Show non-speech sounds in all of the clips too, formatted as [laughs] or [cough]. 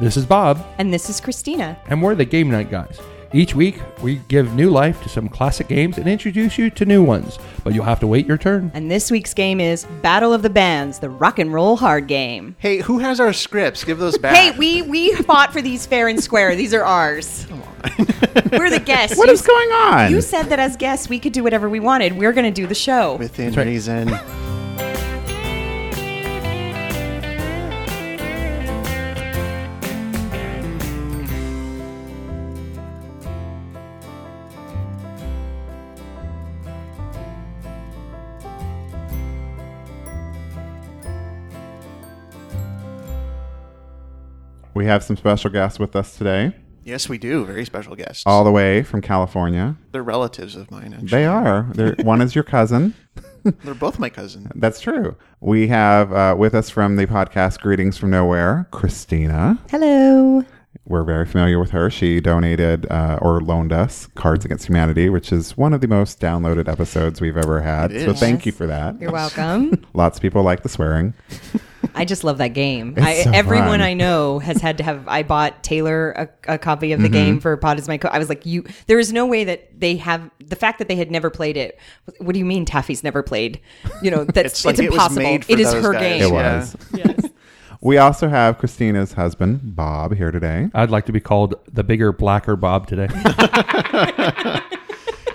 This is Bob, And this is Christina. and we're the Game Night Guys. Each week, we give new life to some classic games and introduce you to new ones, but you'll have to wait your turn. And this week's game is Battle of the Bands, the rock and roll hard game. Hey, who has our scripts? Give [laughs] those back. Hey, we we fought for these fair and square. These are [laughs] ours. [laughs] We're the guests. What you, is going on? you said that as guests we could do whatever we wanted. We're going to do the show. Within That's right. reason. we have some special guests with us today, [laughs] yes, we do. Very special guests. all the way from California. They're relatives of mine, actually. They are. They're, one is your cousin. They're both my cousin. That's true. We have uh, with us from the podcast Greetings from Nowhere, Christina. Hello. We're very familiar with her. She donated uh, or loaned us Cards Against Humanity, which is one of the most downloaded episodes we've ever had. It So is. thank you for that. You're welcome. Lots of people like the swearing. I just love that game. It's I, so everyone fun. I know has had to have. I bought Taylor a, a copy of the game for Pod is my. Co- I was like, you. There is no way that they have the fact that they had never played it. What do you mean Taffy's never played? You know, that's it's, It's like it was impossible. made for it is those her guys. game. It Yeah. was. we also have Christina's husband, Bob, here today. I'd like to be called the bigger, blacker Bob [laughs] today. [laughs]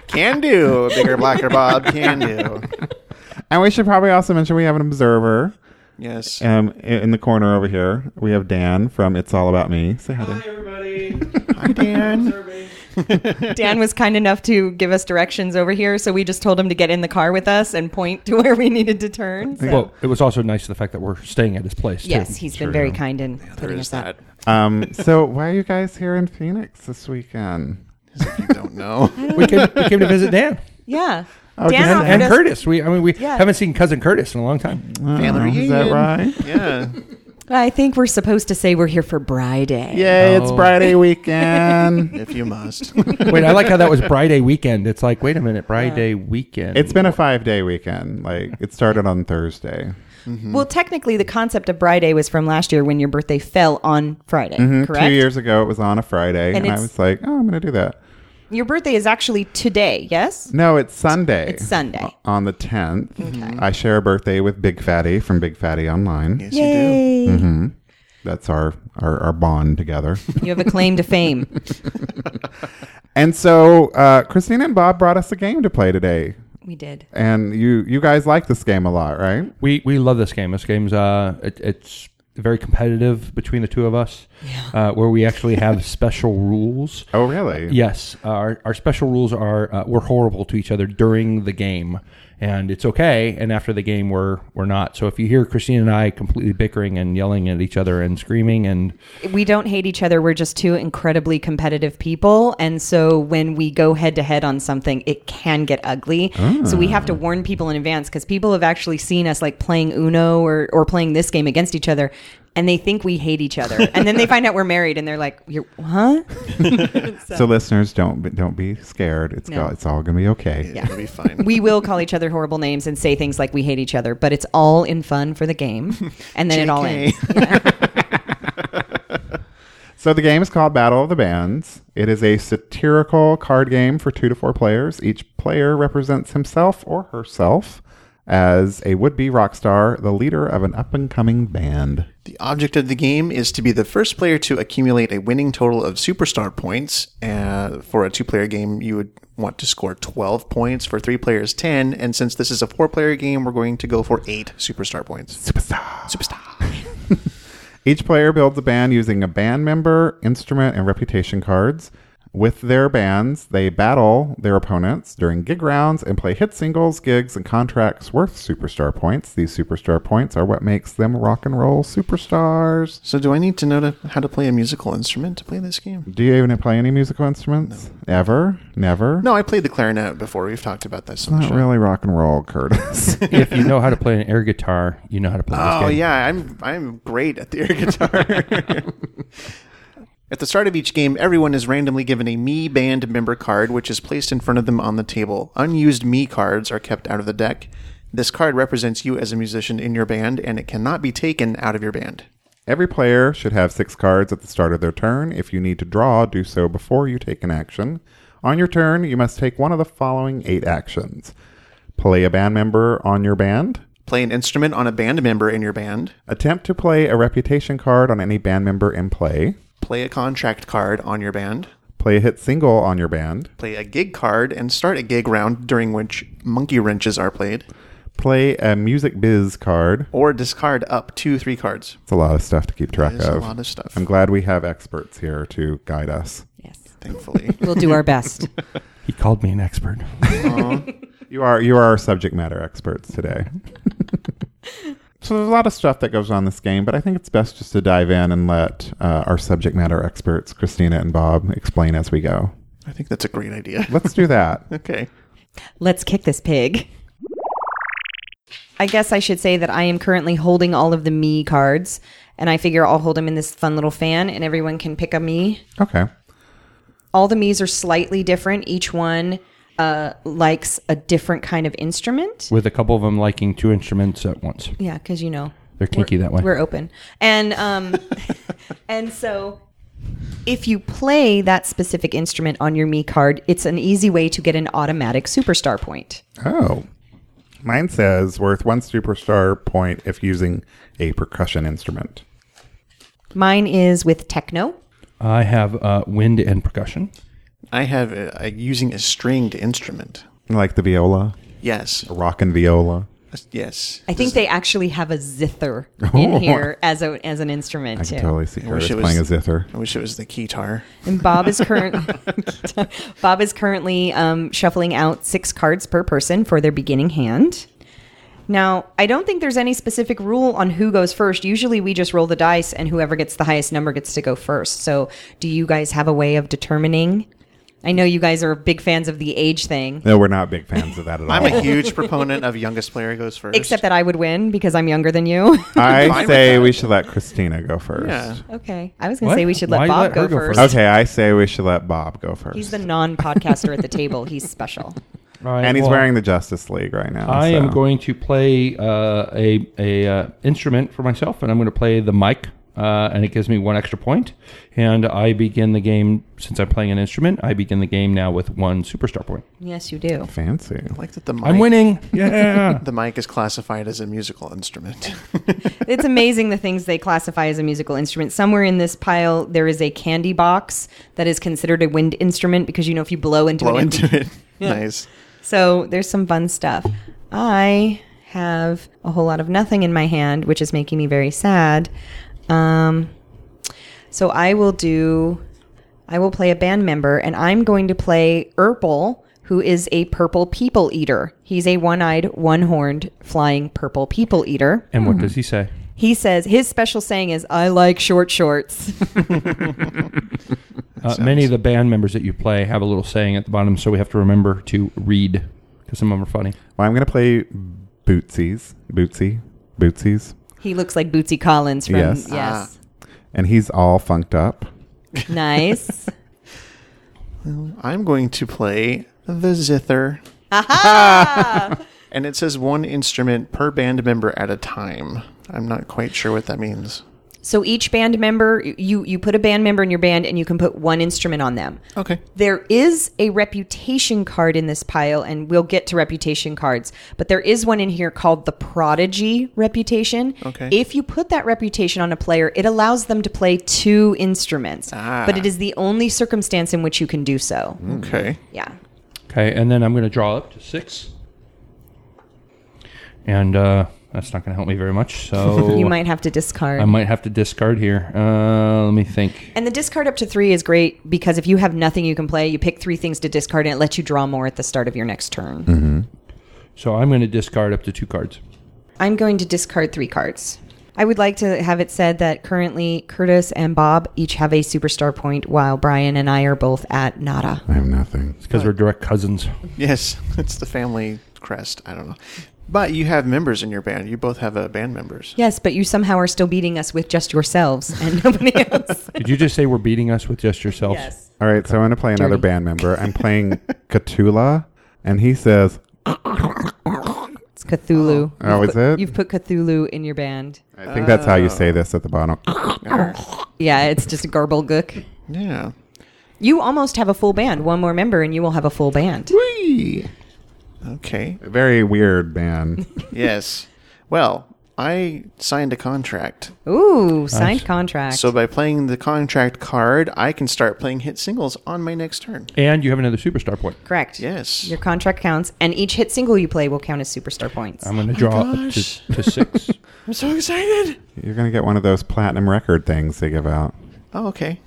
Can do. Bigger, blacker Bob. Can do. And we should probably also mention we have an observer [laughs] Yes. um, i- in the corner over here. We have Dan from It's All About Me. Say hi, Dan. everybody. Hi, Dan. [laughs] Dan was kind enough to give us directions over here, so we just told him to get in the car with us and point to where we needed to turn. So. Well, it was also nice the fact that we're staying at his place. too. yes, he's been very kind in There putting us is up. that. Um, so, why are you guys here in Phoenix this weekend? If you don't [laughs] know. we, came, we came to visit [laughs] Dan Yeah. Okay. Dan And- offered and us- Curtis. We, I mean, we Yeah. haven't seen cousin Curtis in a long time. Family Oh, reunion. Is that right? Yeah. I think we're supposed to say we're here for Bri Day. Yay, it's Oh. [laughs] Friday weekend. If you must. Wait, I like how that was Friday weekend. It's like, wait a minute, Friday weekend. it's been a five day weekend. Like, it started on Thursday. Well, technically, the concept of Bri Day was from last year when your birthday fell on Friday, Mhm, correct? Two years ago, it was on a Friday, And and, I it's- was like, oh, I'm going to do that. Your birthday is actually today, yes? No, it's Sunday. It's Sunday. O- On the 10th, I share a birthday with Big Fatty from Big Fatty Online. Yes, you [laughs] Yay. That's our, our, our bond together. [laughs] You have a claim to fame. and so uh, Christina and Bob brought us a game to play today. we did. And you, you guys like this game a lot, right? We we love this game. This game's uh, it, it's very competitive between the two of us, uh, where we actually have special rules. Oh, really? Yes, uh, our our special rules are uh, we're horrible to each other during the game, and it's okay. And after the game, we're we're not. So if you hear Christine and I completely bickering and yelling at each other and screaming, and We don't hate each other. We're just two incredibly competitive people. And so when we go head to head on something, it can get ugly. So we have to warn people in advance because people have actually seen us like playing Uno or, or playing this game against each other. And they think we hate each other. And then they find out we're married and they're like, You're, huh? So listeners, don't don't be scared. It's No. go- it's all gonna be okay. do. It'll be fine. we will call each other horrible names and say things like we hate each other, but it's all in fun for the [laughs] game, and then it all JK. ends. Yeah. So the game is called Battle of the Bands. It is a satirical card game for two to four players. Each player represents himself or herself as a would-be rock star, the leader of an up-and-coming band. The object of the game is to be the first player to accumulate a winning total of superstar points. Uh, for a two player game, you would want to score 12 points. For three players, 10. And since this is a four player game, we're going to go for eight superstar points. Superstar. Superstar. [laughs] Each player builds a band using a band member, instrument, and reputation cards. With their bands, they battle their opponents during gig rounds and play hit singles, gigs, and contracts worth superstar points. These superstar points are what makes them rock and roll superstars. So, do I need to know to, how to play a musical instrument to play this game? Do you even play any musical instruments? Ever? Never? No, I played the clarinet before. We've talked about this. On the Not show. really rock and roll, Curtis. [laughs] if you know how to play an air guitar, you know how to play. this Oh game. yeah, I'm I'm great at the air [laughs] guitar. at the start of each game, everyone is randomly given a me band member card, which is placed in front of them on the table. Unused me cards are kept out of the deck. This card represents you as a musician in your band, and it cannot be taken out of your band. Every player should have six cards at the start of their turn. If you need to draw, do so before you take an action. On your turn, you must take one of the following eight actions play a band member on your band, Play an instrument on a band member in your band. attempt to play a reputation card on any band member in play, Play a contract card on your band. play a hit single on your band, Play a gig card and start a gig round during which monkey wrenches are played. play a music biz card. Or discard up to three cards. It's a lot of stuff to keep track There's of. a lot of stuff, I'm glad we have experts here to guide us. Yes. thankfully. We'll do [laughs] our best. He called me an expert. You are you are our subject matter experts today. [laughs] so there's a lot of stuff that goes on in this game, but I think it's best just to dive in and let uh, our subject matter experts, Christina and Bob, explain as we go. I think that's a great [laughs] idea. Let's do that. Okay. Let's kick this pig. I guess I should say that I am currently holding all of the me cards, and I figure I'll hold them in this fun little fan, and everyone can pick a me Okay. all the me's are slightly different. Each one uh, likes a different kind of instrument. With a couple of them liking two instruments at once. Yeah, because you know They're kinky that way. we're open, and um, [laughs] and so if you play that specific instrument on your me card, it's an easy way to get an automatic superstar point. Oh. Mine says worth one superstar point if using a percussion instrument. Mine is with techno. I have uh, wind and percussion. [laughs] I have uh, uh, using a stringed instrument. Like the viola, Yes. rock and viola. Yes. I think they actually have a zither in here as a as an instrument Oh. I too. can totally see wish Curtis it playing a was- zither. I wish it was the guitar. [laughs] And Bob is currently [laughs] Bob is currently um, shuffling out six cards per person for their beginning hand. Now, I don't think there's any specific rule on who goes first. Usually, we just roll the dice, and whoever gets the highest number gets to go first. So, do you guys have a way of determining? I know you guys are big fans of the age thing, No, we're not big fans of that at [laughs] all. I'm a huge proponent of youngest player goes first. except that I would win because I'm younger than you. [laughs] fine I with say that. we should let Christina go first. yeah. okay, I was going What? to say we should let Why Bob let her go, go first. first? Okay, I say we should let Bob go first. He's the non-podcaster at the table. He's special. and he's wearing the Justice League right now. I am so- going to play uh, a a uh, instrument for myself, and I'm going to play the mic, uh, and it gives me one extra point. And I begin the game since I'm playing an instrument. I begin the game now with one superstar point. Yes, you do. fancy. I like that the mic, I'm [laughs] winning! Yeah. the mic is classified as a musical instrument. [laughs] it's amazing the things they classify as a musical instrument. Somewhere in this pile, there is a candy box that is considered a wind instrument because you know if you blow into Blow it. into it. Nice. So there's some fun stuff. I have a whole lot of nothing in my hand, which is making me very sad. Um, so I will do. I will play a band member, and I'm going to play Urple, who is a purple people eater. He's a one-eyed, one-horned, flying purple people eater. [laughs] and what does he say? He says his special saying is, "I like short shorts." [laughs] Uh, many of the band members that you play have a little saying at the bottom, so we have to remember to read because some of them are funny. Well, I'm going to play Bootsies. Bootsy. Bootsies. he looks like Bootsy Collins from Yes. Yes. And he's all funked up. Nice. I'm going to play the zither. [laughs] and it says one instrument per band member at a time. I'm not quite sure what that means. so each band member, you you put a band member in your band, and you can put one instrument on them. Okay. There is a reputation card in this pile, and we'll get to reputation cards, but there is one in here called the Prodigy reputation. Okay. If you put that reputation on a player, it allows them to play two instruments, but it is the only circumstance in which you can do so. Mm. Okay. Yeah. Okay, and then I'm going to draw up to six, and uh, that's not going to help me very much. [laughs] So You might have to discard. I might have to discard here. Uh, let me think. And the discard up to three is great because if you have nothing you can play, you pick three things to discard and it lets you draw more at the start of your next turn. Mm-hmm. So I'm going to discard up to two cards. I'm going to discard three cards. I would like to have it said that currently Curtis and Bob each have a superstar point while Brian and I are both at nada. I have nothing. Because we're direct cousins. Yes, [laughs] it's the family crest. I don't know. But you have members in your band. You both have uh, band members. Yes, but you somehow are still beating us with just yourselves and [laughs] nobody [laughs] else. Did you just say we're beating us with just Oh. yourselves? yes. All right, so I'm going to play another Dirty. [laughs] band member. I'm playing Katula, and he says, It's Cthulhu. Oh, You've is put- it? You've put Cthulhu in your band. I think that's how you Oh. say this at the bottom. Yeah, it's just a garblegook. Yeah. You almost have a full band. One more member, and you will have a full band. Whee! Okay. A very [laughs] weird man. Yes. Well, I signed a contract. Ooh, signed contract. So by playing the contract card, I can start playing hit singles on my next turn. And you have another superstar point. Correct. Yes. Your contract counts, and each hit single you play will count as superstar points. I'm going to draw up Oh gosh. to, to [laughs] six. I'm so excited. You're going to get one of those platinum record things they give out. Oh, okay.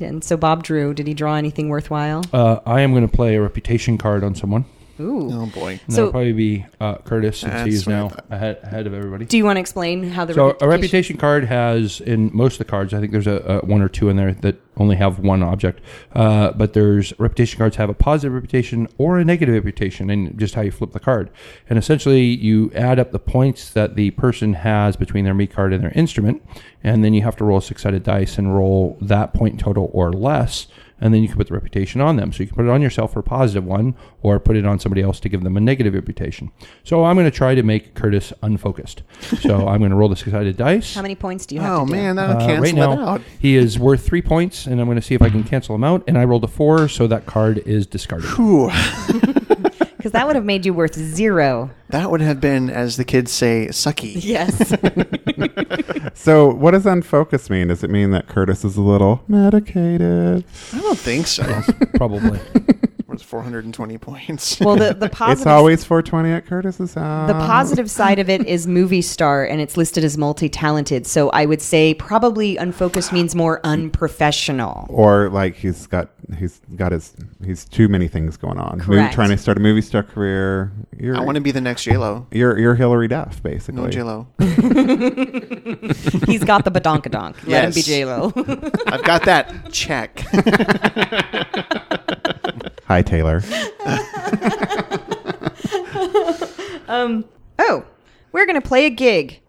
and so Bob drew. Did he draw anything worthwhile? uh, I am going to play a reputation card on someone. Ooh. Oh boy. And So- that'll probably be uh, Curtis since That's he's what I now thought. ahead, ahead of everybody. Do you want to explain how the So a reputation card has in most of the cards. I think there's a, a one or two in there that only have one object. Uh, but there's reputation cards have a positive reputation or a negative reputation, and just how you flip the card. And essentially, you add up the points that the person has between their meat card and their instrument, and then you have to roll six sided dice and roll that point total or less. And then you can put the reputation on them. So you can put it on yourself for a positive one, or put it on somebody else to give them a negative reputation. So I'm going to try to make Curtis unfocused. So I'm going to roll the six-sided dice. How many points do you have? Oh to do? man, Uh, that'll cancel right it now, out. he is worth three points, and I'm going to see if I can cancel him out. And I rolled a four, so that card is discarded. [laughs] Ooh, Because that would have made you worth zero. that would have been, as the kids say, sucky. Yes. So, what does unfocus mean? Does it mean that Curtis is a little medicated? I don't [laughs] think so. Probably. Worth 420 points. well, the the positive It's always 420 at Curtis's house. the positive side of it is movie star, and it's listed as multi talented. So I would say probably unfocused means more unprofessional. or like he's got he's got his he's too many things going on. Maybe Correct. trying to start a movie star career. You're, I want to be the next JLo. You're you're Hillary Duff basically. No JLo. He's got the badonkadonk. Let him be Yes. J Lo. I've got that. Check. [laughs] [laughs] Hi Taylor. [laughs] oh, we're gonna play a gig.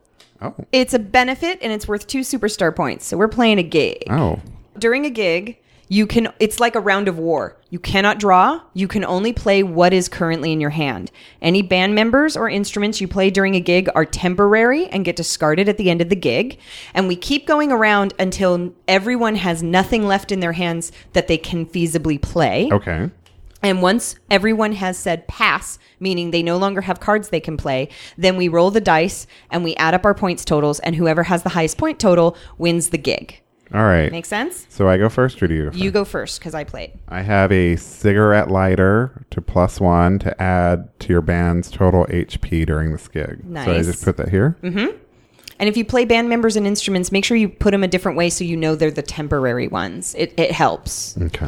Oh It's a benefit, and it's worth two superstar points. So we're playing a gig. oh during a gig you can it's like a round of war you cannot draw you can only play what is currently in your hand any band members or instruments you play during a gig are temporary and get discarded at the end of the gig and we keep going around until everyone has nothing left in their hands that they can feasibly play okay. and once everyone has said pass, meaning they no longer have cards they can play, then we roll the dice and we add up our points totals, and whoever has the highest point total wins the gig. All right. Make sense? so I go first or do you? Go first? You go first because I played. I have a cigarette lighter to plus one to add to your band's total HP during this gig. So I Nice. Mm-hmm. just put that here. And if you play band members and instruments, make sure you put them a different way so you know they're the temporary ones. It, it helps. Okay.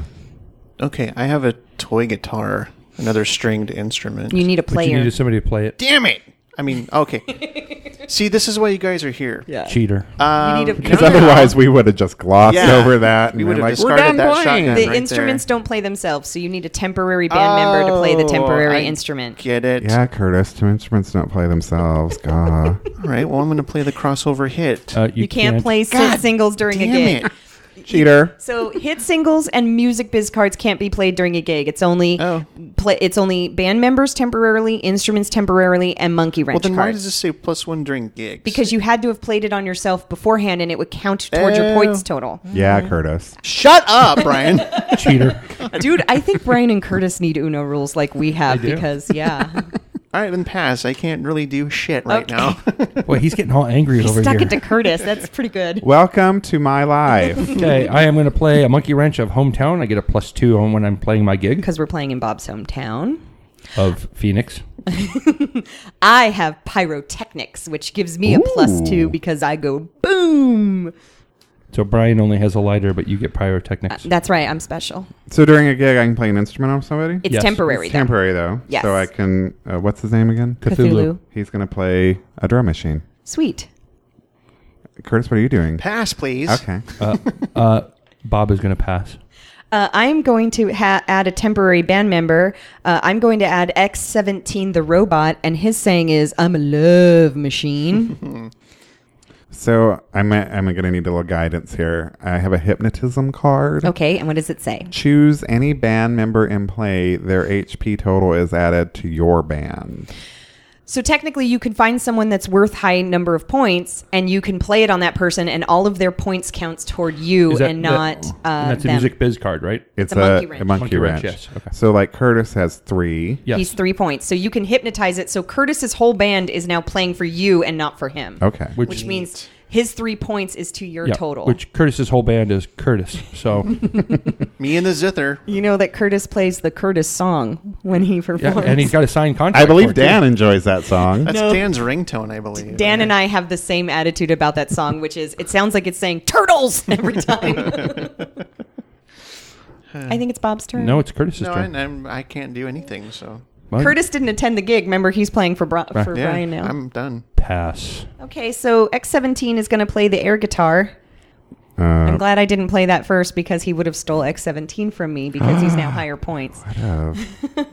okay, I have a toy guitar, another stringed instrument. You need a but you player. needed somebody to play it. Damn it! I mean, okay. [laughs] See, this is why you guys are here. yeah. Cheater. Um, You need a- Because No, no, no. otherwise we would have just glossed Yeah. over that. We and would been have like, "We're discarded done that shotgun. The right instruments there. Oh, don't play themselves, so you need a temporary band member to play the temporary I instrument. Get it? Yeah, Curtis. Two instruments don't play themselves. God. All right. Well, I'm going to play the crossover hit. Uh, You, can't, play sit God singles during a Damn gig. it! [laughs] Cheater. So hit singles and music biz cards can't be played during a gig. It's only Oh. play, it's only band members temporarily, instruments temporarily, and monkey Well, wrench then why cards. does this say plus one during gigs? because you had to have played it on yourself beforehand, and it would count towards your Oh. points total. Yeah, Curtis. shut [laughs] up, Brian. Cheater. Dude, I think Brian and Curtis need Uno rules like we have They do. because yeah, All right, then pass. I can't really do shit right Okay. now. [laughs] Boy, he's getting all angry [laughs] over stuck here. it to Curtis. That's pretty good. Welcome to my life. [laughs] okay, I am going to play a monkey wrench of hometown. I get a plus two on when I'm playing my gig Because we're playing in Bob's hometown. of Phoenix. I have pyrotechnics, which gives me a plus Ooh. two because I go boom. So Brian only has a lighter, but you get pyrotechnics. That's right. I'm special. so during a gig, I can play an instrument on somebody. It's Yes. temporary. though. temporary though. Yes. So I can. Uh, what's his name again? Cthulhu. He's gonna play a drum machine. Sweet. Curtis, what are you doing? pass, please. Okay. Uh, Bob is going to pass. Uh, I'm going to ha- add a temporary band member. Uh, I'm going to add [laughs] X17 the robot, and his saying is, I'm a love machine. So I'm I'm going to need a little guidance here. I have a hypnotism card. Okay, and what does it say? Choose any band member in play. Their HP total is added to your band. So technically, you can find someone that's worth high number of points, and you can play it on that person, and all of their points counts toward [laughs] you Is that- and that- not uh, and that's a them. music biz card, right? It's a monkey wrench. a monkey, Monkey wrench. wrench, yes. Okay. So like Curtis has three. Yes. He's three points, so you can hypnotize it. So Curtis's whole band is now playing for you and not for him. Okay. Which- which means his three points is to your Yeah, total. Which Curtis's whole band is Curtis. So [laughs] Me and the zither. you know that Curtis plays the Curtis song when he yeah, performs. and he's got a signed contract. I believe for it, too. Dan enjoys that song. That's No. Dan's ringtone, I believe. Dan and I have the same attitude about that song, which is it sounds like it's saying turtles every time. I think it's Bob's turn. No, it's Curtis's No, I, turn. I'm, I can't do anything. So Mine- Curtis didn't attend the gig. Remember, he's playing for, Bri- for yeah, Brian now. I'm done. pass. okay, so X17 is going to play the air guitar. I'm [laughs] Oh. Uh, glad I didn't play that first because he would have stole X17 from me because Ah. he's now higher points. uh,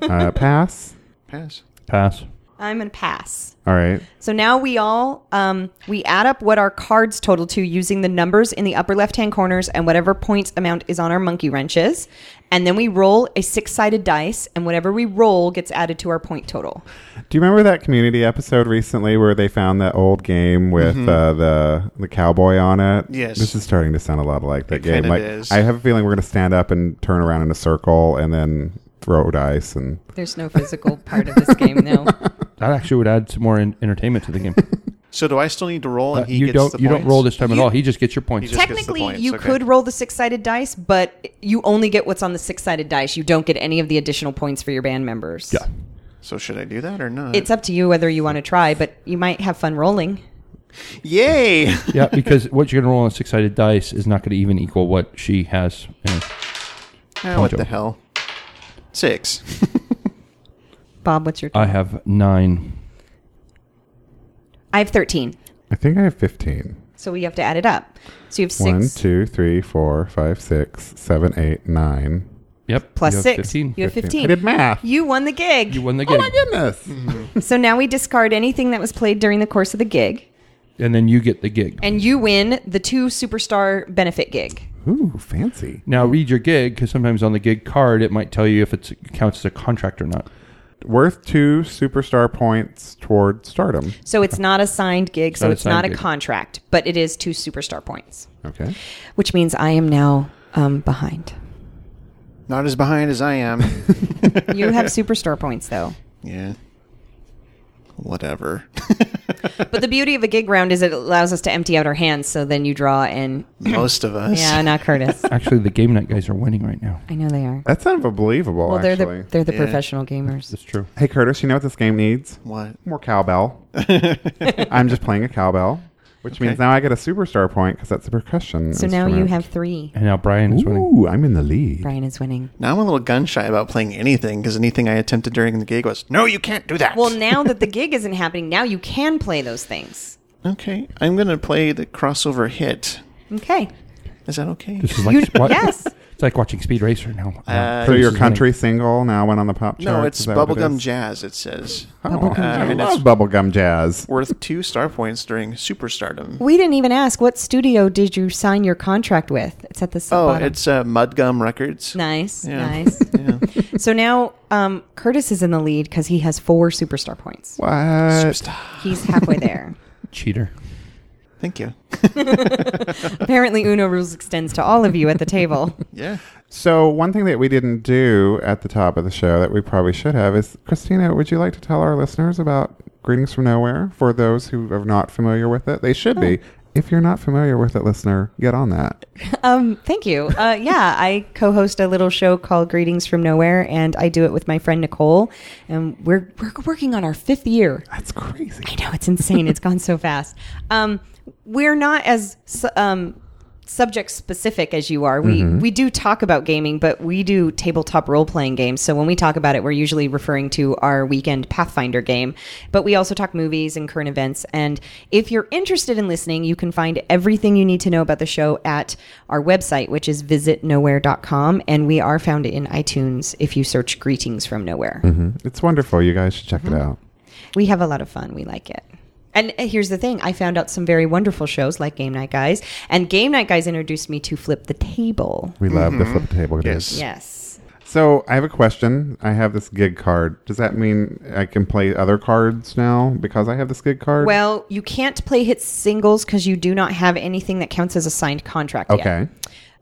uh, pass. Pass. Pass. I'm going to pass. All right. So now we all um, we add up what our cards total to using the numbers in the upper left hand corners and whatever points amount is on our monkey wrenches, and then we roll a six sided dice, and whatever we roll gets added to our point total. Do you remember that community episode recently where they found that old game with uh, the the cowboy on it? Yes. This is starting to sound a lot like that It game. kinda Like is. I have a feeling we're going to stand up and turn around in a circle and then throw dice and There's no physical part of this game [laughs] now. That actually would add some more en- entertainment to the game. So do I still need to roll? And Uh, he you gets don't. the You don't points? roll this time You- at all. He just gets your points. He just gets the Technically, points, you okay. could roll the six sided dice, but you only get what's on the six sided dice. You don't get any of the additional points for your band members. yeah. So should I do that or not? It's up to you whether you want to try, but you might have fun rolling. yay. [laughs] Yeah, because [laughs] what you're going to roll on a six-sided dice is not going to even equal what she has. And Ah, what Poncho. the hell? Six. Bob, what's Uh, your? I have nine. I have thirteen. I think I have 15. So we have to add it up. So you have six. One, two, three, four, five, six, seven, eight, nine. Yep. plus you have six. 15. You have 15. I did math. You won the gig. You won the oh game, my goodness. So now we discard anything that was played during the course of the gig, and then you get the gig. and you win the two superstar benefit gig. Ooh, fancy. Now read your gig because sometimes on the gig card it might tell you if it's, it counts as a contract or not. Worth two superstar points toward stardom. So it's not a signed gig, so not a it's not signed a gig. contract, but it is two superstar points, Okay. which means I am now um, behind. Not as behind as [laughs] I am. You [laughs] have superstar points though. yeah. [laughs] Whatever. [laughs] But the beauty of a gig round is it allows us to empty out our hands, so then you [laughs] draw and Most of us. yeah, not Curtis. Actually, the game night guys are winning right now. I know they are. That's Oh, unbelievable, Well, they're actually. the they're the Yeah. professional gamers. That's true. hey, Curtis, you know what this game needs? What? [laughs] More cowbell. I'm just playing a cowbell, which means now I get a superstar point because that's a percussion. So now you instrument. have three. And now Brian is winning. Ooh, I'm in the lead. Brian is winning. Now I'm a little gun shy about playing anything because anything I attempted during the gig was, no, you can't do that. Well, now that the gig isn't happening, now you can play those things. okay. I'm going to play the crossover hit. Okay. Is that okay? This is like wa- yes. It's like watching Speed Racer now. Uh, So Curtis your is country single now went on the pop chart. No, it's bubblegum jazz, it says. Oh, I and love it's- bubblegum jazz. Worth two star points during superstardom. We didn't even ask what studio did you sign your contract with? It's at the Oh, bottom. it's uh, Mudgum Records. nice, Yeah. [laughs] nice. Yeah. So now um, Curtis is in the lead because he has four superstar points. Uh, What? Superstar. He's halfway [laughs] there. winning. Cheater. Thank you. Apparently, Uno rules extends to all of you at the [laughs] table. Yeah. So one thing that we didn't do at the top of the show that we probably should have is Christina, would you like to tell our listeners about Greetings from Nowhere for those who are not familiar with it? They should be. Oh. If you're not familiar with it, listener, get on that. Um, thank you. Uh, yeah, I co-host a little show called Greetings from Nowhere, and I do it with my friend Nicole, and we're we're working on our fifth year. That's crazy. I know it's insane. it's gone so fast. Um, we're not as su- um, subject specific as you are. We we do talk about gaming, but we do tabletop role playing games. So when we talk about it, we're usually referring to our weekend Pathfinder game. But we also talk movies and current events. And if you're interested in listening, you can find everything you need to know about the show at our website, which is visitnowhere.com. And we are found in iTunes if you search "Greetings from Nowhere." Mm-hmm. It's wonderful. You guys should check it out. We have a lot of fun. We like it. And uh, here's the thing I found out some very wonderful shows like Game Night Guys, and Game Night Guys introduced me to Flip the Table. We love the flip the table game. Yes. Mm-hmm. Yes. So I have a question. I have this gig card. Does that mean I can play other cards now because I have this gig card? Well, you can't play hit singles because you do not have anything that counts as a signed contract yet. okay.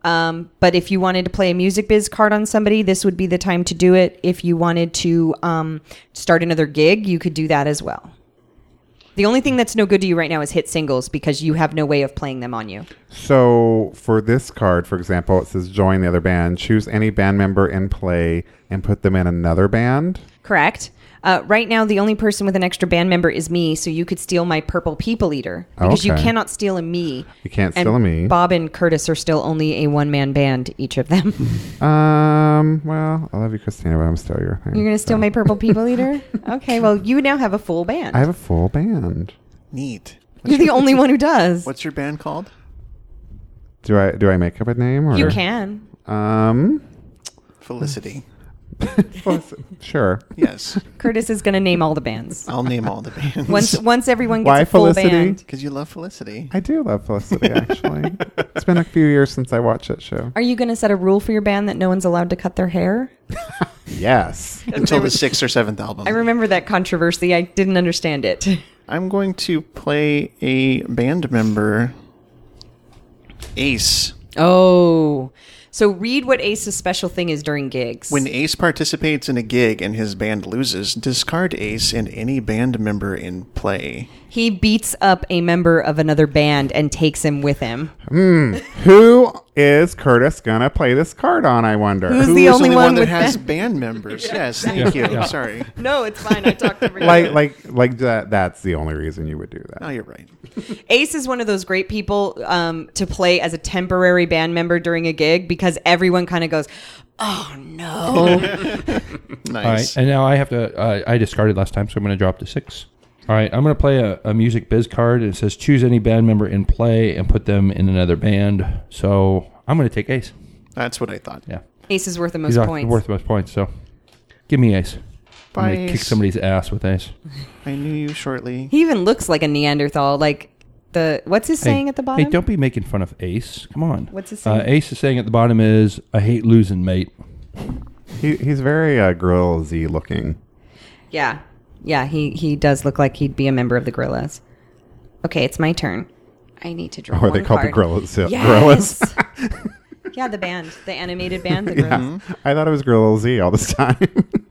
Um, but if you wanted to play a music biz card on somebody, this would be the time to do it. If you wanted to um, start another gig, you could do that as well. The only thing that's no good to you right now is hit singles because you have no way of playing them on you. So for this card, for example, it says join the other band. Choose any band member in play and put them in another band. Correct. Uh, right now, the only person with an extra band member is me, so you could steal my purple people eater because you Okay. cannot steal a me. You can't And steal a me. Bob and Curtis are still only a one man band, each of [laughs] them. Um. Well, I love you, Christina, but I'm still your thing. You're going to steal my purple people eater? Okay, well, you now have a full band. I have a full band. Neat. [laughs] You're the only one who does. What's your band called? Do I do I make up a name or You can. Um. [laughs] [laughs] Felicity. well, sure. Yes. Curtis is going to name all the [laughs] bands. I'll name all the bands. Once [laughs] once everyone gets Why a full Felicity? band. Because you love Felicity. I do love Felicity. Actually, it's been a few years since I watched that show. Are you going to set a rule for your band that no one's allowed to cut their hair? Yes. Until the sixth or seventh album. I remember that controversy. I didn't understand it. [laughs] I'm going to play a band member, Ace. Oh. So read what Ace's special thing is during gigs. When Ace participates in a gig and his band loses, discard Ace and any band member in play. he beats up a member of another band and takes him with him. Who is Curtis gonna play this card on? I wonder. Who's Who the is only, one, that with has that? band members? Yes, thank you. Sorry. No, it's fine. I talked over you. like like like that that's the only reason you would do that No, you're right. Ace is one of those great people um, to play as a temporary band member during a gig because everyone kind of goes, "Oh no!" All right, Nice. and now I have to. Uh, I discarded last time, so I'm going to drop to six. All right, I'm going to play a, a music biz card, and it says choose any band member in play and put them in another band. So I'm going to take Ace. That's what I thought. Yeah, Ace is worth the most he's off- points. worth the most points. So give me Ace. I'm Bye, going to kick Ace. somebody's ass with Ace. I knew you shortly. he even looks like a Neanderthal. Like the what's his saying at the bottom? Hey, don't be making fun of Ace. Come on. What's it Uh, saying? Ace is saying at the bottom is I hate losing, mate. he, he's very uh, grill z looking yeah, yeah. He he does look like he'd be a member of the Gorillas. Okay, it's my turn. I need to draw. or they one call the card. gorillas Yes. gorillas [laughs] yeah, the band, the [laughs] animated band, the yeah. Gorillas. i thought it was grill z all this [laughs] time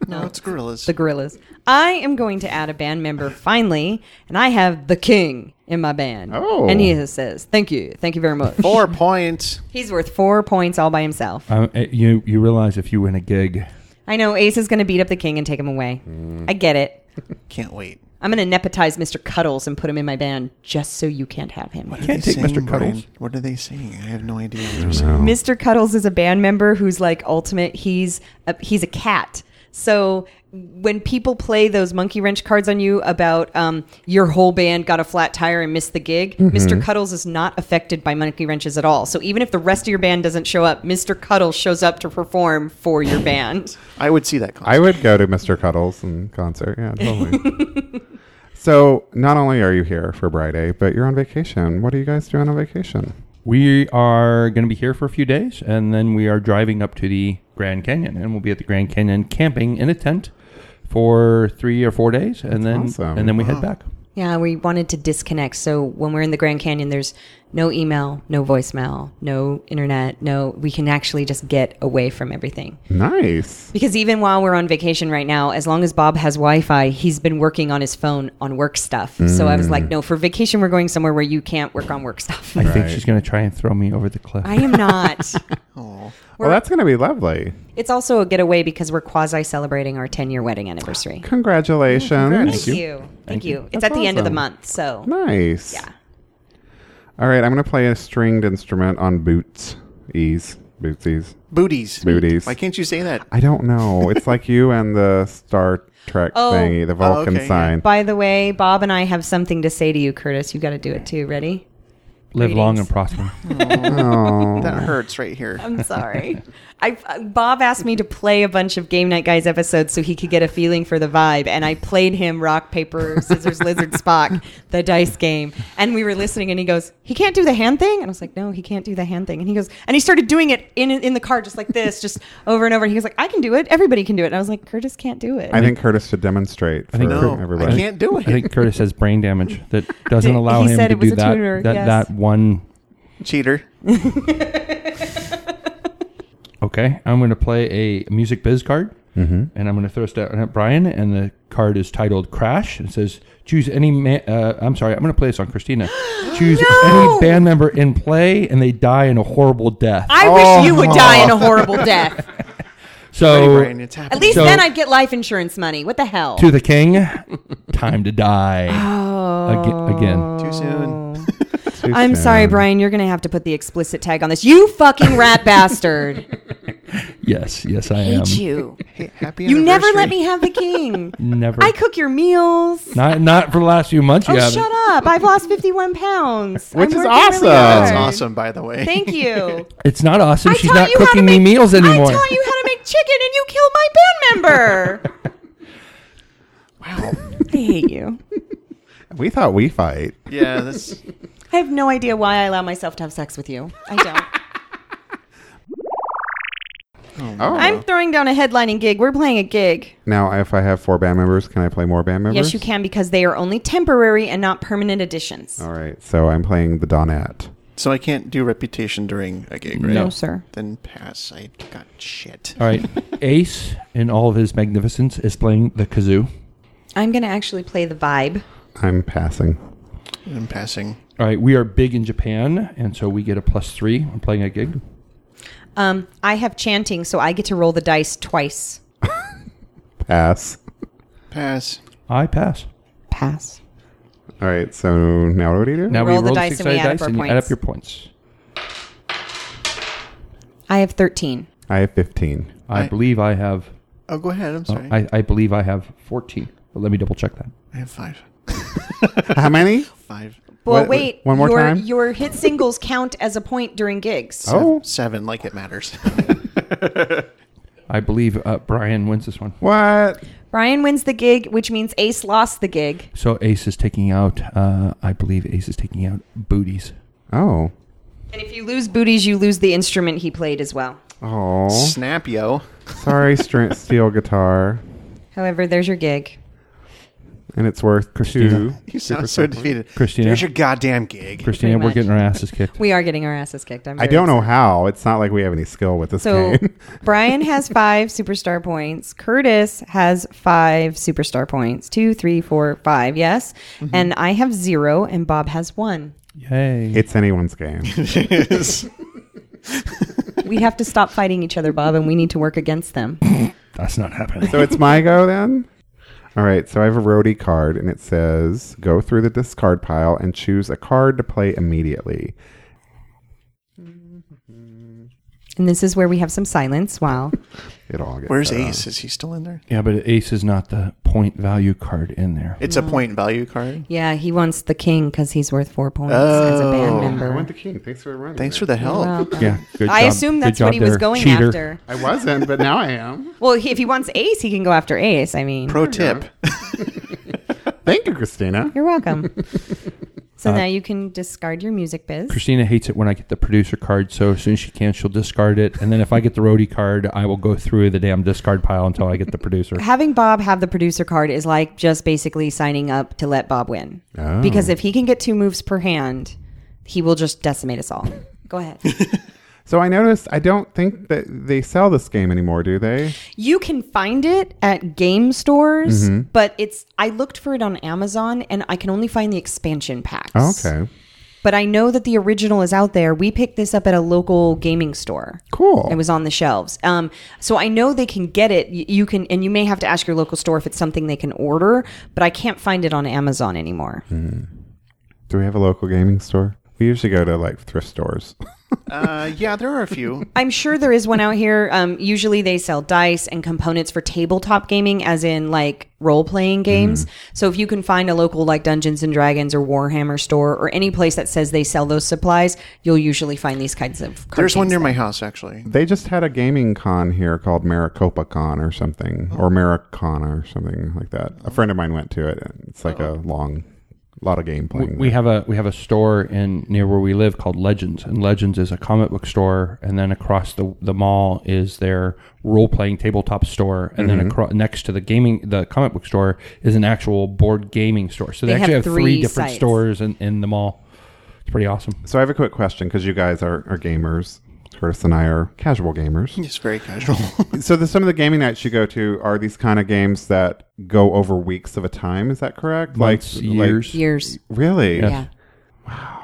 No, it's gorillas. The Gorillas. I am going to add a band member finally, and I have the King in my band. Oh. and he says, "Thank you, thank you very much." Four points. [laughs] He's worth four points all by himself. Um, uh, you you realize if you win a gig, I know Ace is going to beat up the King and take him away. Mm. I get it. Can't wait. I'm going to nepotize Mr. Cuddles and put him in my band just so you can't have him. What are Can't they take Mr. saying, Brian? Cuddles. What are they saying? I have no idea. What they're saying. Mr. Cuddles is a band member who's like ultimate. He's a, he's a cat. So when people play those monkey wrench cards on you about um, your whole band got a flat tire and missed the gig, Mr. Cuddles is not affected by monkey wrenches at all. So even if the rest of your band doesn't show up, Mr. Cuddles shows up to perform for your band. I would see that. Concert. i would go to mr cuddles in concert yeah totally [laughs] so not only are you here for friday but you're on vacation what are you guys doing on vacation we are going to be here for a few days, and then we are driving up to the Grand Canyon, and we'll be at the Grand Canyon camping in a tent for three or four days, and then awesome. and then we head back. [laughs] Yeah, we wanted to disconnect. So when we're in the Grand Canyon, there's no email, no voicemail, no internet, no. We can actually just get away from everything. nice Because even while we're on vacation right now, as long as Bob has Wi Fi, he's been working on his phone on work stuff. So I was like, no, for vacation, we're going somewhere where you can't work on work stuff. I think Right. she's going to try and throw me over the cliff. [laughs] I am not. [laughs] Oh, well that's gonna be lovely It's also a getaway because we're quasi celebrating our 10 year wedding anniversary. congratulations Thank you. Thank, you. It's That's at the end of the awesome. month. So nice Yeah. all right i'm gonna play a stringed instrument on boots ease bootsies booties. Booties. Why can't you say that? I don't know. It's like you and the Star Trek Oh. thingy, the [laughs] Vulcan okay, yeah. sign. by the way, Bob and I have something to say to you, Curtis. You got to do it too. Ready? Live long and Greetings. [laughs] prosper. That hurts right here. I'm sorry. [laughs] I uh, Bob asked me to play a bunch of Game Night Guys episodes so he could get a feeling for the vibe, and I played him rock paper [laughs] scissors lizard Spock, the dice game, and we were listening, and he goes, "He can't do the hand thing," and I was like, "No, he can't do the hand thing," and he goes, and he started doing it in in the car just like this, just over and over. And he was like, "I can do it. Everybody can do it." And I was like, "Curtis can't do it." I think Curtis should demonstrate for think- No, everybody. I can't do I it. think Curtis has brain damage that doesn't He allow him said to it was do a that, tutor, that, yes. that one. Cheater. Oh. Okay, I'm going to play a music biz card, and I'm going to throw it down at Brian. And the card is titled "Crash." It says, "Choose any." Ma- uh, I'm sorry, I'm going to play this on [gasps] Christina. Choose No! any band member in play, and they die in a horrible death. I wish you would die in a horrible death. so, Sorry, Brian, it's happening. At least So- then I'd get life insurance money. What the hell? to the king, time to die Oh. Aga- again. Too soon. Too I'm sorry, soon. Brian. You're going to have to put the explicit tag on this. You fucking rat bastard. Yes, yes, I am. Hate [laughs] you. Hey, [laughs] happy You never let anniversary. me have the king. Mm, Never. I cook your meals. not not for the last few months. Oh, you haven't. shut up. I've lost 51 pounds. Which I'm is working awesome. Really hard. That's awesome, by the way. Thank [laughs] you. It's not awesome. She's taught not you how to cooking me make- meals anymore. I taught you how to make chicken and you killed my band [laughs] member. wow. I hate you. We thought we fight. [laughs] Yeah, that's I have no idea why I allow myself to have sex with you. [laughs] I don't. Oh. I'm throwing down a headlining gig. We're playing a gig. now, if I have four band members, can I play more band members? Yes, you can because they are only temporary and not permanent additions. All right. So I'm playing the Donette. so I can't do reputation during a gig, right? No. sir. Then pass. I got shit. All [laughs] right, Ace in all of his magnificence is playing the kazoo. I'm going to actually play the vibe. I'm passing. I'm passing. All right, we are big in Japan, and so we get a plus three. I'm playing a gig. Um, I have chanting, so I get to roll the dice twice. Pass. Pass. I pass. Pass. All right. So now what do we do? Now Roll we the roll the dice and we six-sided add up dice our and you add up points. your points. I have 13. I have 15. I, I- believe I have. Oh, go ahead. I'm oh, sorry. I, I, I believe I have fourteen. But let me double check that. have five. [laughs] How many? Five. Well, What- wait. one more your, time? Your hit singles count as a point during gigs. Oh. Seven, like it matters. I believe uh, Brian wins this one. What? Brian wins the gig, which means Ace lost the gig. So Ace is taking out. Uh, I believe Ace is taking out booties. Oh. And if you lose booties, you lose the instrument he played as well. Oh. Snap, yo. [laughs] Sorry, str- steel guitar. However, there's your gig. And it's worth Christina. two. You sound so defeated. Christina. There's your goddamn gig. Christina, we're much. getting our asses kicked. We are getting our asses kicked. I'm I very don't excited. know how. It's not like we have any skill with this So [laughs] [laughs] game. Brian has five superstar points. Curtis has five superstar points. Two, three, four, five. Yes. Mm-hmm. And I have zero, and Bob has one. Yay! it's anyone's game. We have to stop fighting each other, Bob, and we need to work against them. That's not happening. So it's my go then? All right, so I have a roadie card and it says go through the discard pile and choose a card to play immediately. And this is where we have some silence. Wow. It all [laughs] gets Where's set up. Ace? Is he still in there? Yeah, but Ace is not the point value card in there. It's a point value card. Yeah, he wants the king because he's worth four points as a band Oh. I member. went the king. Thanks for running. Thanks there. for the help. Wow. Yeah, good I job. assume Good that's what job he was there, going cheater. after. I wasn't, but now I am. Well, he, if he wants ace, he can go after ace. I mean, Pro tip. Thank you, Christina. [laughs] you're welcome. Uh, so now you can discard your music biz. Christina hates it when I get the producer card, so as soon as she can, she'll discard it. And then if I get the roadie card, I will go through the damn discard pile until I get the producer. having Bob have the producer card is like just basically signing up to let Bob win. Oh. Because if he can get two moves per hand, he will just decimate us all. Go [laughs] ahead. So I noticed I don't think that they sell this game anymore, do they? you can find it at game stores, Mm-hmm. but it's I looked for it on Amazon and I can only find the expansion packs. Oh, Okay. But I know that the original is out there. We picked this up at a local gaming store. Cool. It was on the shelves. Um, so I know they can get it. Y- You can, and you may have to ask your local store if it's something they can order. But I can't find it on Amazon anymore. do we have a local gaming store? We usually go to like thrift stores. [laughs] [laughs] Uh, yeah, there are a few. I'm sure there is one out here. Um, usually they sell dice and components for tabletop gaming, as in like role playing games. Mm-hmm. So if you can find a local like Dungeons and Dragons or Warhammer store or any place that says they sell those supplies, you'll usually find these kinds of. card [laughs] There's one games near there. my house, actually. They just had a gaming con here called Maricopa Con or something, Oh. or Maricon or something like that. A friend of mine went to it. and It's like a long, lot of game playing. Oh. We have a we have a store in near where we live called Legends, and Legends is a comic book store, and then across the the mall is their role playing tabletop store, and then across, next to the gaming the comic book store is an actual board gaming store. So they, They actually have have three, three different sites. stores in, in the mall. It's pretty awesome. so I have a quick question because you guys are, are gamers. Curtis and I are [laughs] casual gamers. It's very casual. So the, some of the gaming nights you go to are these kind of games that go over weeks of a time. Is that correct? Months, like years. years. Like, really? Yes. Yeah.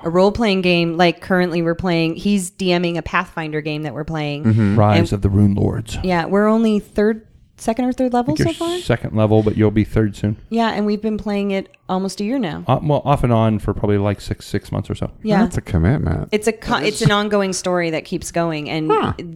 A role playing game like currently we're playing. He's DMing a Pathfinder game that we're playing. Mm-hmm. Rise of the Rune Lords. Yeah, we're only third, second or third level so You're far. second level, but you'll be third soon. Yeah, and we've been playing it almost a year now. Uh, well, off and on for probably like six six months or so. Yeah, That's a commitment. It's a con- it's an ongoing story that keeps going, and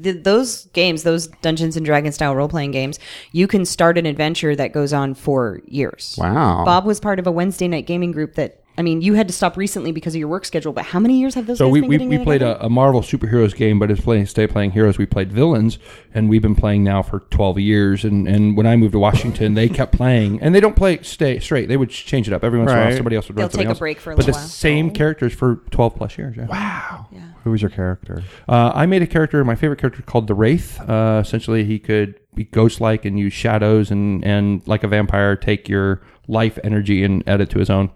th- those games, those Dungeons and Dragons style role playing games, you can start an adventure that goes on for years. wow. Bob was part of a Wednesday night gaming group that I mean, you had to stop recently because of your work schedule, but how many years have those? So guys we, been we, getting we played together? a, a Marvel superheroes game, but instead of stay playing heroes, we played villains, and we've been playing now for twelve years. And, and when I moved to Washington, they kept playing, and they don't play stay straight. They would change it up every once in a while. Right. Somebody else would run They'll something take a else. break for a but little the while. Oh. same characters for twelve plus years. Yeah. wow. Who was your character? Uh, I made a character, my favorite character, called the Wraith. Uh, essentially, he could be ghost-like and use shadows, and and like a vampire, take your life energy and add it to his own.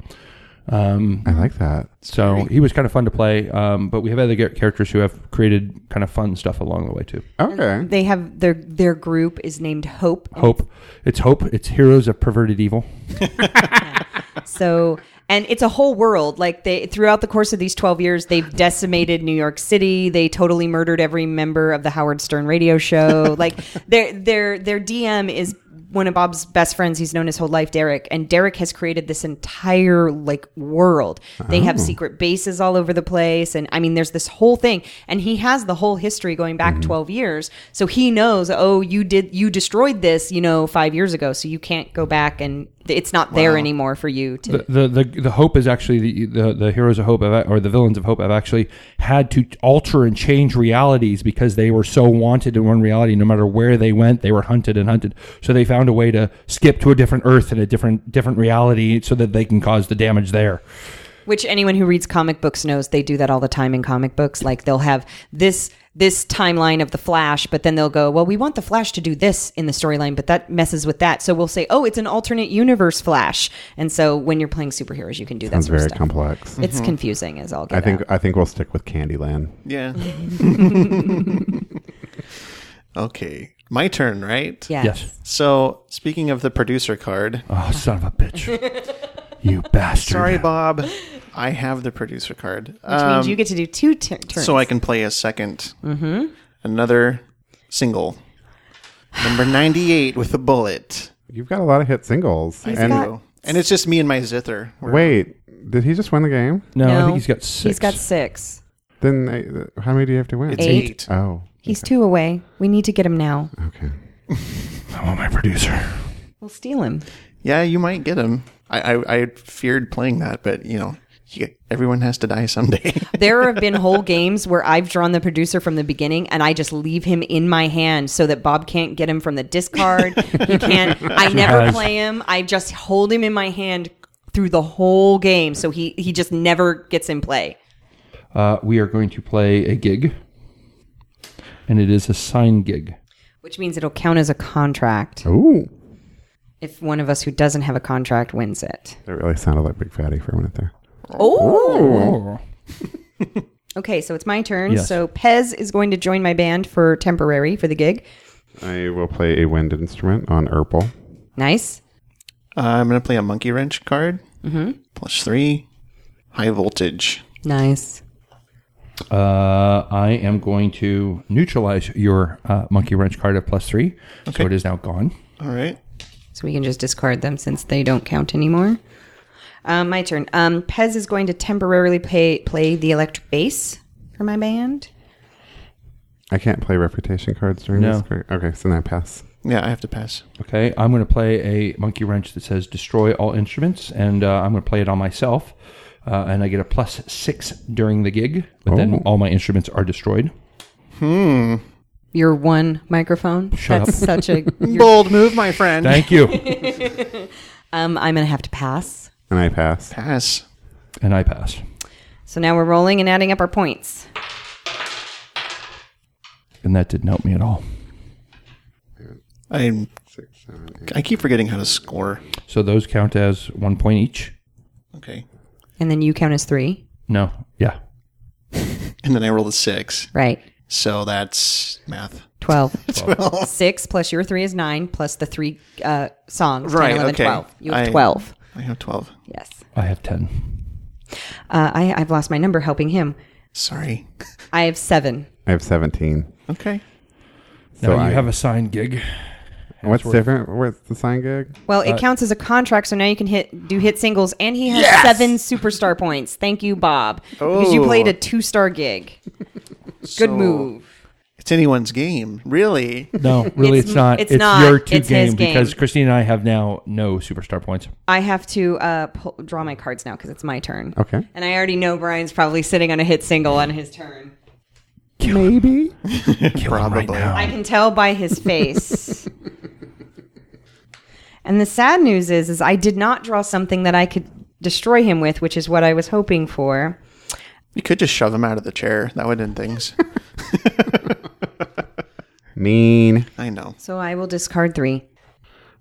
Um, I like that. so he was kind of fun to play, um, but we have other ga- characters who have created kind of fun stuff along the way too. Okay. They have their their group is named Hope. and Hope, it's hope, it's heroes of perverted evil. So, and it's a whole world. Like they throughout the course of these 12 years, they've decimated New York City. They totally murdered every member of the Howard Stern radio show. like their their their DM is one of Bob's best friends he's known his whole life, Derek, and Derek has created this entire like world. They have secret bases all over the place and I mean there's this whole thing and he has the whole history going back 12 years. So he knows, "Oh, you did you destroyed this, you know, 5 years ago, so you can't go back and it's not there anymore for you to The, the the the hope is actually the the, the heroes of hope have, or the villains of hope have actually had to alter and change realities because they were so wanted in one reality. No matter where they went, they were hunted and hunted. So they found a way to skip to a different Earth and a different different reality so that they can cause the damage there. Which anyone who reads comic books knows they do that all the time in comic books. Like they'll have this this timeline of the Flash, but then they'll go, "Well, we want the Flash to do this in the storyline, but that messes with that." So we'll say, "Oh, it's an alternate universe Flash." And so when you're playing superheroes, you can do that Sounds sort of very stuff. complex. It's Mm-hmm. confusing as all get I think out. I think we'll stick with Candyland. [laughs] yeah. okay. My turn, right? Yes. Yes. So, speaking of the producer card, Oh, son of a [laughs] bitch! you bastard! [laughs] sorry, Bob, I have the producer card. Which means you get to do two tur- turns. Um, so I can play a 2nd Mm-hmm. Another single. Number 98 with a bullet. You've got a lot of hit singles. and got- And it's just me and my zither. We're- wait, did he just win the game? No, I think he's got six. He's got six. Then uh, how many do you have to win? It's Eight. eight. Oh, He's two away. We need to get him now. okay. [laughs] I want my producer. We'll steal him. Yeah, you might get him. I, I, I feared playing that, but you know, you get, everyone has to die someday. [laughs] There have been whole games where I've drawn the producer from the beginning and I just leave him in my hand so that Bob can't get him from the discard. He can't. [laughs] I never has. play him. I just hold him in my hand through the whole game so he he just never gets in play. Uh, we are going to play a gig, and it is a sign gig. Which means it'll count as a contract Ooh, if one of us who doesn't have a contract wins it. that really sounded like Big Fatty for a minute there. Oh. Oh. Okay, so it's my turn. Yes. So Pez is going to join my band for temporary for the gig. I will play a wind instrument on Urpal. Nice. Uh, I'm going to play a monkey wrench card. Mm-hmm. three, high voltage. Nice. Uh, I am going to neutralize your uh, monkey wrench card at plus three, so it is now gone. All right. So we can just discard them since they don't count anymore. Um, my turn. Um, Pez is going to temporarily play play the electric bass for my band. I can't play reputation cards during No. this. Great. Okay, so now pass. Yeah, I have to pass. Okay, I'm going to play a monkey wrench that says destroy all instruments, and uh, I'm going to play it on myself. Uh, and I get a plus six during the gig, but then Oh. all my instruments are destroyed. Your one microphone. Shut That's such [laughs] a. you're- Bold move, my friend. Thank [laughs] you. um, I'm gonna have to pass. And I pass. pass. and I pass. So now we're rolling and adding up our points. And that didn't help me at all. I I keep forgetting how to score. So those count as one point each. Okay. And then you count as three, No, yeah, And then I roll the six. right? So that's math. [laughs] 12. Six plus your three is nine, plus the three uh, songs. 10, Right, 11, okay. 12. You have I- 12. I have 12. Yes. I have ten. Uh, I, I've lost my number helping him. Sorry. [laughs] I have seven. I have 17. Okay. Now So you I- have a signed gig. What's different with the sign gig? Well, it counts as a contract, so now you can hit do hit singles, and he has seven superstar points. Thank you, Bob, because you Oh. played a two star gig. Good move. It's anyone's game, really. No, really, it's, It's- not. it's not. your two It's game his because game. Christine and I have now no superstar points. I have to uh, pull, draw my cards now because it's my turn. Okay. And I already know Brian's probably sitting on a hit single on his turn. Maybe. Probably. I can tell by his face. and the sad news is, is I did not draw something that I could destroy him with, which is what I was hoping for. You could just shove him out of the chair. That would end things. Mean. I know. So I will discard three.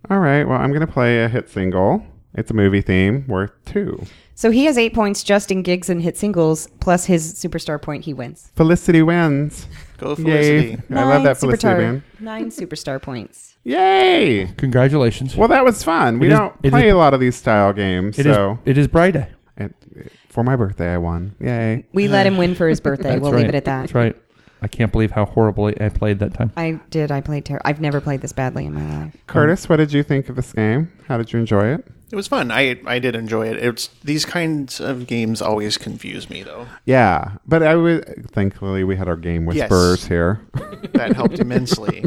All right. Well, I'm going to play a hit single. It's a movie theme worth two. So he has eight points just in gigs and hit singles, plus his superstar point. He wins. Felicity wins. Go Felicity. Yay. I love Nine that Felicity superstar- band. Nine superstar points. Yay. Congratulations. Well, that was fun. We It is- don't it is- play a lot of these style games. It is. so It is Friday. it, it- for my birthday, I won. Yay. We let him win for [laughs] his birthday. That's we'll right. leave it at that. That's right. I can't believe how horribly I played that time. I did. I played terrible. I've never played this badly in my life. Curtis, what did you think of this game? How did you enjoy it? It was fun. I I did enjoy it. It's these kinds of games always confuse me though. Yeah, but I would. Thankfully, we had our game whisperers here. [laughs] That helped immensely.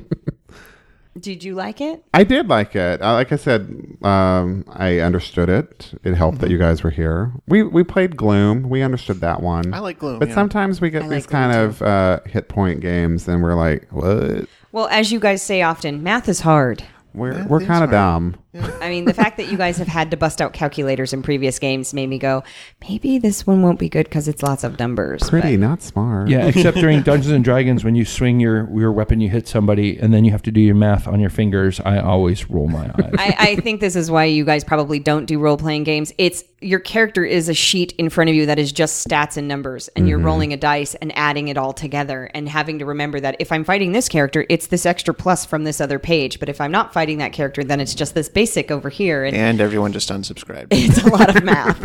Did you like it? I did like it. Uh, like I said, um, I understood it. It helped that you guys were here. We we played Gloom. We understood that one. I like Gloom, but yeah. sometimes we get I like these Gloom kind of uh, hit point games, and we're like, what? Well, as you guys say often, math is hard. We're That we're is kind of hard. dumb. I mean, the fact that you guys have had to bust out calculators in previous games made me go, maybe this one won't be good because it's lots of numbers. Pretty but- not smart. Yeah, except during Dungeons and Dragons, when you swing your your weapon, you hit somebody, and then you have to do your math on your fingers. I always roll my eyes. I, I think this is why you guys probably don't do role playing games. It's your character is a sheet in front of you that is just stats and numbers, and you're rolling a dice and adding it all together and having to remember that if I'm fighting this character, it's this extra plus from this other page. But if I'm not fighting that character, then it's just this basic over here. And and everyone just [laughs] unsubscribed. it's a lot of math.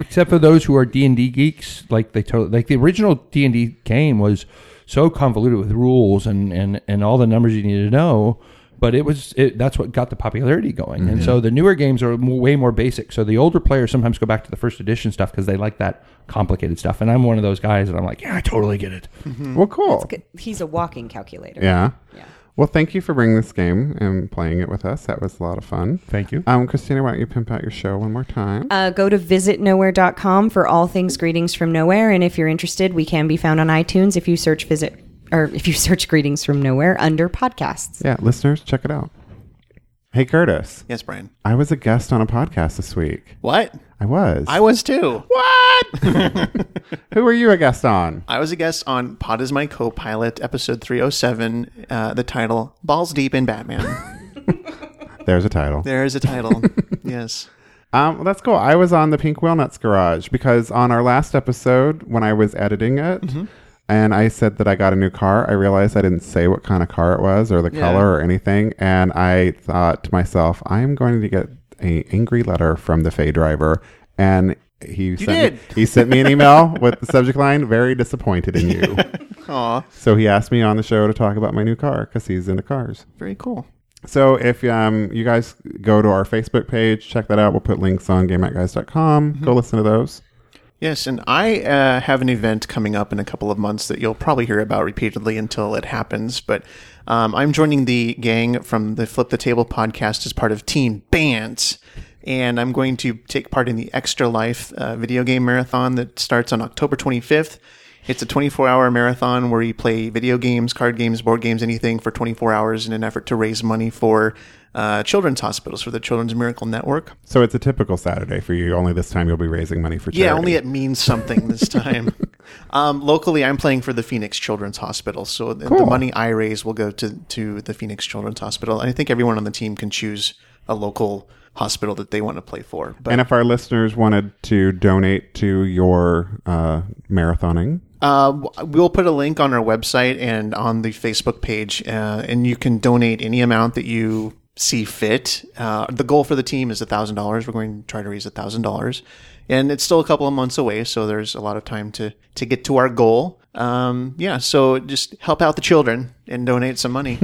except for those who are D and D geeks, like they totally like the original D and D game was so convoluted with rules and and and all the numbers you needed to know. But it was it, that's what got the popularity going, and so the newer games are mo- way more basic. So the older players sometimes go back to the first edition stuff because they like that complicated stuff. And I'm one of those guys, and I'm like, yeah, I totally get it. Well, cool. He's a walking calculator. Yeah. Yeah. Well, thank you for bringing this game and playing it with us. That was a lot of fun. Thank you. Um, Christina, why don't you pimp out your show one more time? Uh, go to visitnowhere.com for all things greetings from nowhere. And if you're interested, we can be found on iTunes if you search visit or if you search greetings from nowhere under podcasts. yeah, listeners, check it out. Hey, Curtis, yes, Brian. I was a guest on a podcast this week. What? I was. I was too. what? Who were you a guest on? I was a guest on Pod is My Co Pilot, episode 307, uh, the title Balls Deep in Batman. There's a title. there is a title. yes. Um, that's cool. I was on the Pink Walnuts Garage because on our last episode, when I was editing it, Mm-hmm. and I said that I got a new car, I realized I didn't say what kind of car it was or the Yeah. color or anything, and I thought to myself, I am going to get a angry letter from the Fay driver, and he sent did. Me, he sent me an [laughs] email with the subject line, "Very disappointed in you." Aw, so he asked me on the show to talk about my new car because he's into cars. very cool. So if um, you guys Mm-hmm. go to our Facebook page, check that out. We'll put links on GameMatGuys.com. Go listen to those. Yes, and I uh, have an event coming up in a couple of months that you'll probably hear about repeatedly until it happens. But um, I'm joining the gang from the Flip the Table podcast as part of Team Bands. And I'm going to take part in the Extra Life uh, video game marathon that starts on October 25th. It's a 24 hour marathon where you play video games, card games, board games, anything for 24 hours in an effort to raise money for uh, children's hospitals, for the Children's Miracle Network. So it's a typical Saturday for you. Only this time you'll be raising money for charity. Yeah, only it means something [laughs] this time. um, locally, I'm playing for the Phoenix Children's Hospital, so the, the Cool. money I raise will go to to the Phoenix Children's Hospital. And I think everyone on the team can choose a local hospital that they want to play for. But And if our listeners wanted to donate to your uh, marathoning, uh, w- we'll put a link on our website and on the Facebook page, uh, and you can donate any amount that you see fit. Uh, the goal for the team is thousand dollars. We're going to try to raise thousand dollars, and it's still a couple of months away, so there's a lot of time to to get to our goal. Um, yeah, so just help out the children and donate some [laughs] money.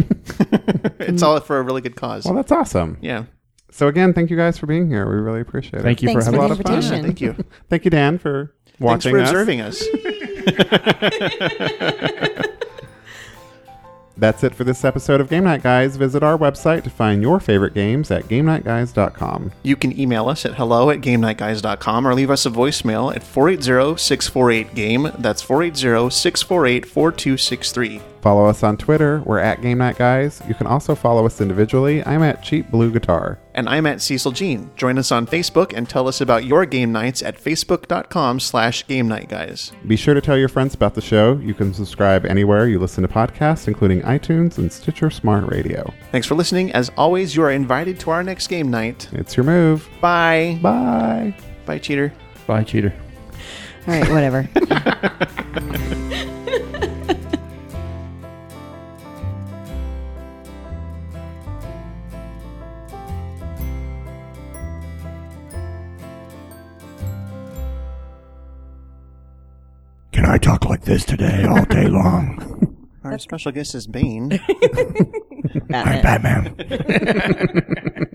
it's all for a really good cause. well, that's awesome. Yeah, So again, thank you guys for being here. We really appreciate it. Thank you Thanks for for having the us. fun. invitation. thank you. Thank you, Dan, for Thanks watching for us. observing us. That's it for this episode of Game Night Guys. Visit our website to find your favorite games at GameNightGuys.com. You can email us at hello at GameNightGuys.com or leave us a voicemail at 480-648-GAME. That's 480-648-4263. Follow us on Twitter. We're at Game Night Guys. You can also follow us individually. I'm at Cheap Blue Guitar. And I'm at Cecil Jean. Join us on Facebook and tell us about your game nights at facebook.com slash GameNightGuys. Be sure to tell your friends about the show. You can subscribe anywhere you listen to podcasts, including iTunes and Stitcher Smart Radio. Thanks for listening. As always, you are invited to our next game night. It's your move. Bye. Bye. Bye, cheater. Bye, cheater. All right, whatever. Can I talk like this today all day long? Uh, Our special guest is Bane. I'm Batman.